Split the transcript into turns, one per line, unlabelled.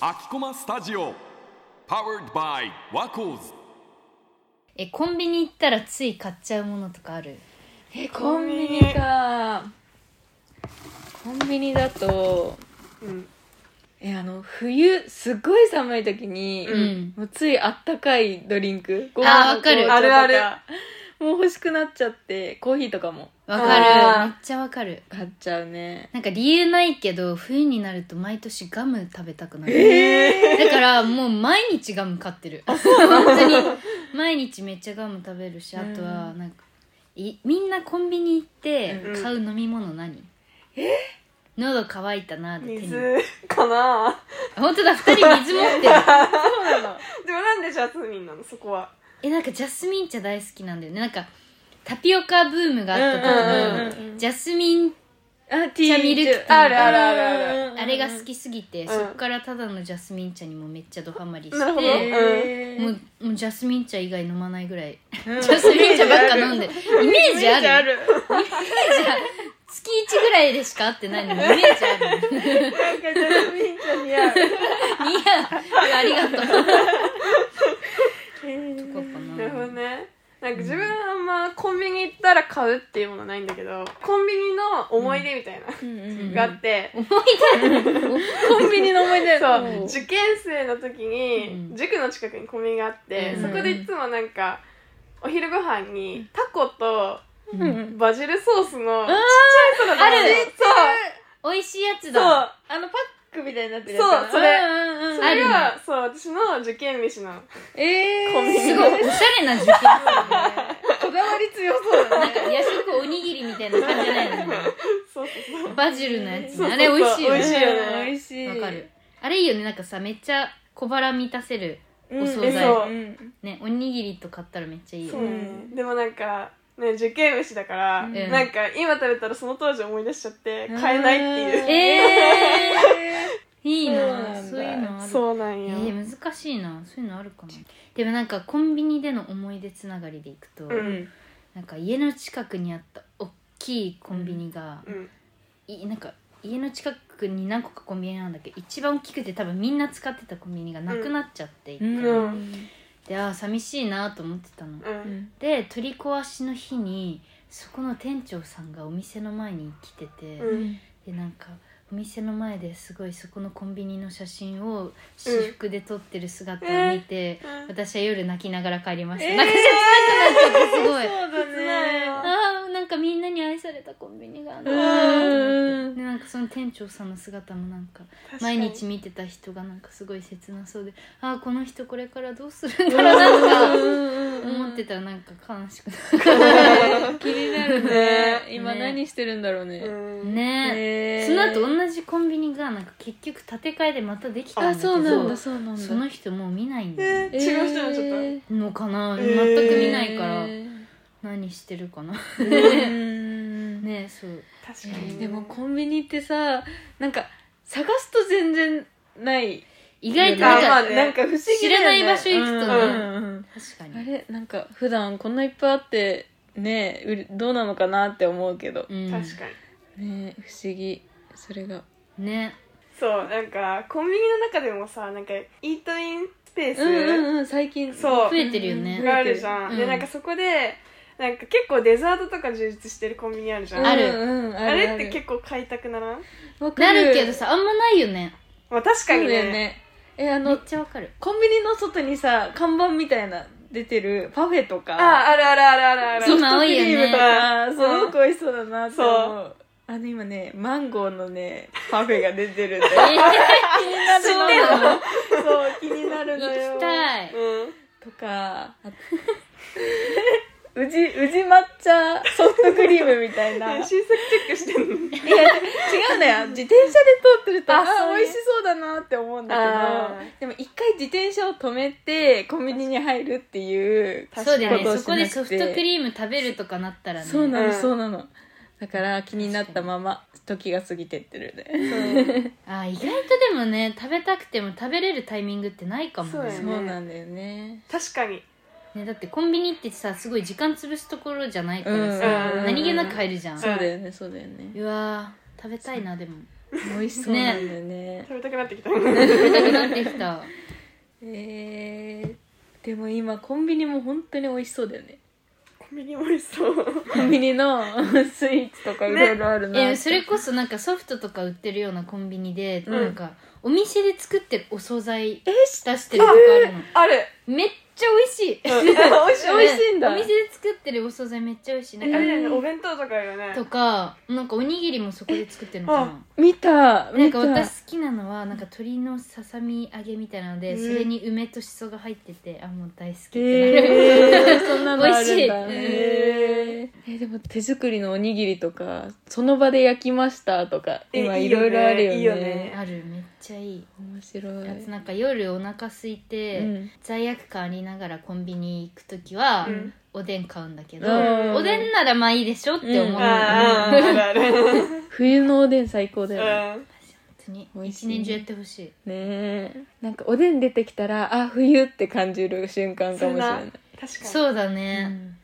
秋駒スタジオ Powered by ワコーズ
えコンビニ行ったらつい買っちゃうものとかある
えコンビニかコンビニだと
うん
えあの冬すっごい寒い時に、
うん
もうついあったかいドリンクご
あー
の
わかる
紅茶と
あるあ
もう欲しくなっちゃってコーヒーとかも
わかる
あー
めっちゃわかる
買っちゃうね
なんか理由ないけど冬になると毎年ガム食べたくなる、
え
だからもう毎日ガム買ってる本当に毎日めっちゃガム食べるしあとはなんかいみんなコンビニ行って
うん
買う飲み物何、喉乾いたなーで
ー、
手に
水かな
あ本当だ二人水持ってる
そうなの
でもなんでジャスミンなのそこは
えなんかジャスミン茶大好きなんだよねなんかタピオカブームがあった時
うんうんうんう
にジャスミン
あティ
茶ミルクティー
あるあるあるある、
る
あれが好きすぎて、
ん
そっからただのジャスミン茶にもめっちゃドハマりして
なるほど
も
えー
うもうジャスミン茶以外飲まないぐらい、
ん
ジャスミン茶ばっか飲んでイメージある
る
月1ぐらいでしか会ってないのにイメージある
なんかジャスミン茶似合う
いやありがとう
えー
とこかな
なるほどねなんか自分はあんまコンビニ行ったら買うっていうものはないんだけどコンビニの思い出みたいな、
ん
があって、
コンビニの思い出
そう
お
受験生の時
う
に
ん
塾の近くにコンビニがあって、
うん
そこでいつもなんかお昼ご飯にタコと
うんうん
バジルソースのちっちゃいソラダ
ある
そ
美味しいやつ
う
だ
あのパックみたいになってるやつかな
そうそれ
んうんうん
そうそ
ある
れ
ね
がそう私の受験飯なの
えー、
コンビニ
すごいおしゃれな受験
こだわり強そうだ
なんか夜食おにぎりみたいな感じないのね
そうそうそう
バジルのやつ
そうそうそう
ねあれ美味しいよ
美味しい
ね
よね
美味しい
わかるあれいいよねなんかさめっちゃ小腹満たせる
うん
お惣
えそう
菜
うん
ねおにぎりと買ったらめっちゃいいよ
そう
ね
ね、でもなんかね受験飯だから、
ん
なんか今食べたらその当時思い出しちゃって買えないっていう、
うん
えー、いいな
そ
そうう
ないん
う
だ
のある
そうなん
え
よ、
ー、難しいなそういうのあるかなでもなんかコンビニでの思い出つながりでいくと、
うん
なんか家の近くにあった大きいコンビニが、
うん
いなんか家の近くに何個かコンビニなんだけど一番大きくて多分みんな使ってたコンビニがなくなっちゃって、
うん
でああ寂しいなと思ってたの、
うん
で取り壊しの日にそこの店長さんがお店の前に来てて、
うん
でなんかお店の前ですごいそこのコンビニの写真を私服で撮ってる姿を見て、
うん
私は夜泣きながら帰りました、
えー
なんか切なくなっちゃってすごい
そうだね
あーなんかみんなに愛されたコンビニがあるな
うんうん
でなんかその店長さんの姿もなんか
確か
毎
に
日見てた人がなんかすごい切なそうでああこの人これからどうするんだろうなんか思ってたらなんか悲しくな
気になるね今何してるんだろうね
うん
るね
えー
その後同じコンビニがなんか結局建て替えでまたできたんだ
あ
けど
そうなんだそうなんだ
その人もう見ないんだよ
え
ね
ー違う人になっちゃった、
えー
のかな、
えー
全く見ないから
え
何してるかな
ー
ねそう
確かに、
でもコンビニってさなんか探すと全然ない
意外と
あ
なんか、
まあね
なんか不思議だよね
知らない場所行くとね
うんうんうん
確か
あ
に
れなんか普段こんないっぱいあってねうれどうなのかなって思うけど、
うん
確かに
ね不思議それが
ね
そうなんかコンビニの中でもさなんかイートインスペース、
うんうんうん最近
そう
増えてるよね
があるじゃん、
うん
でなんかそこでなんか結構デザートとか充実してるコンビニあるじゃん、
ある
うんうん
あれって
構
結構買いたくならん
なるけどさあんまないよね
まあ確か
そう
に
だよ
ね
ねえあ
めっ
の
ちゃわ かる
コンビニの外にさ看板みたいな出てるパフェと
あ
か
ああるあるあるあるある
そう
ソフトクリームと
今多いよね
かす
うん
ごく美味しそうだなって
そ
思うあの今ねマンゴーのねパフェが出てるんだよ
えー、そうなの
そう気になるのよ
行きたい
うん
とか、あと宇治、宇治抹茶ソフトクリームみたいな。い
新
や、
作チェックしてん
違
の
うんだよ。自転車で通ってると、あ
あそう
あ、
ね
美味しそうだなって思うんだ
あー
けど、でも一回自転車を止めて、コンビニに入るっていうことをし
そうだよ
な
ね
くて
そこでソフトクリーム食べるとかなったらね
そうな
うん
の、そうなの。だから気になったまま、時が過ぎてってるね。
あー意外とでもね食べたくても食べれるタイミングってないかも
そう
ね
や
そ
ね
うなんだよね。
確かに
ねだってコンビニってさすごい時間潰すところじゃないから
うん
さ、
うん
何気なく入るじゃん、
ん
そうだよね、そうだよね。
うわー食べたいなでも美味し
そうなんだよね
食べたくなってきた
食べたくなってきた
えー、でも今コンビニも本当に美味しそうだよね
コンビニも美味しそう
コンビニの スイーツとかいろいろあるなって、
えそれこそなんかソフトとか売ってるようなコンビニで、
うん
なんかお店で作ってお惣菜
えし
出してるとかあるの、
ある
めっちゃ美味しい
うん美味しい
美味しいんだ
お店で作ってるお惣菜めっちゃ美味しいなん
あ
か、
れだよねお弁当とかよね
とかなんかおにぎりもそこで作ってるのかな
見た
なん
見
か
た
私好きなのはなんか鶏のささみ揚げみたいなので、
うん
それに梅としそが入っててあもう大好きってなる、
えー、そんなの あるん
美
だ
味しい
えー、でも手作りのおにぎりとかその場で焼きましたとか
え
今
い
い
いよね
ろいろあるよね
いいよね
あるめっちゃいい
面白い
やつなんか夜お腹空いて、
うん
罪悪感ありながらコンビニ行く時は、
うん
おでん買うんだけど、
うん
おでんならまあいいでしょって思う、
うん
本
あーあるある
冬のおでん最高だよね、
うん
当に
美味し
一
い
年中やってほしい
ねえなんかおでん出てきたらあ冬って感じる瞬間かもしれない
確かに
そうだね、
うん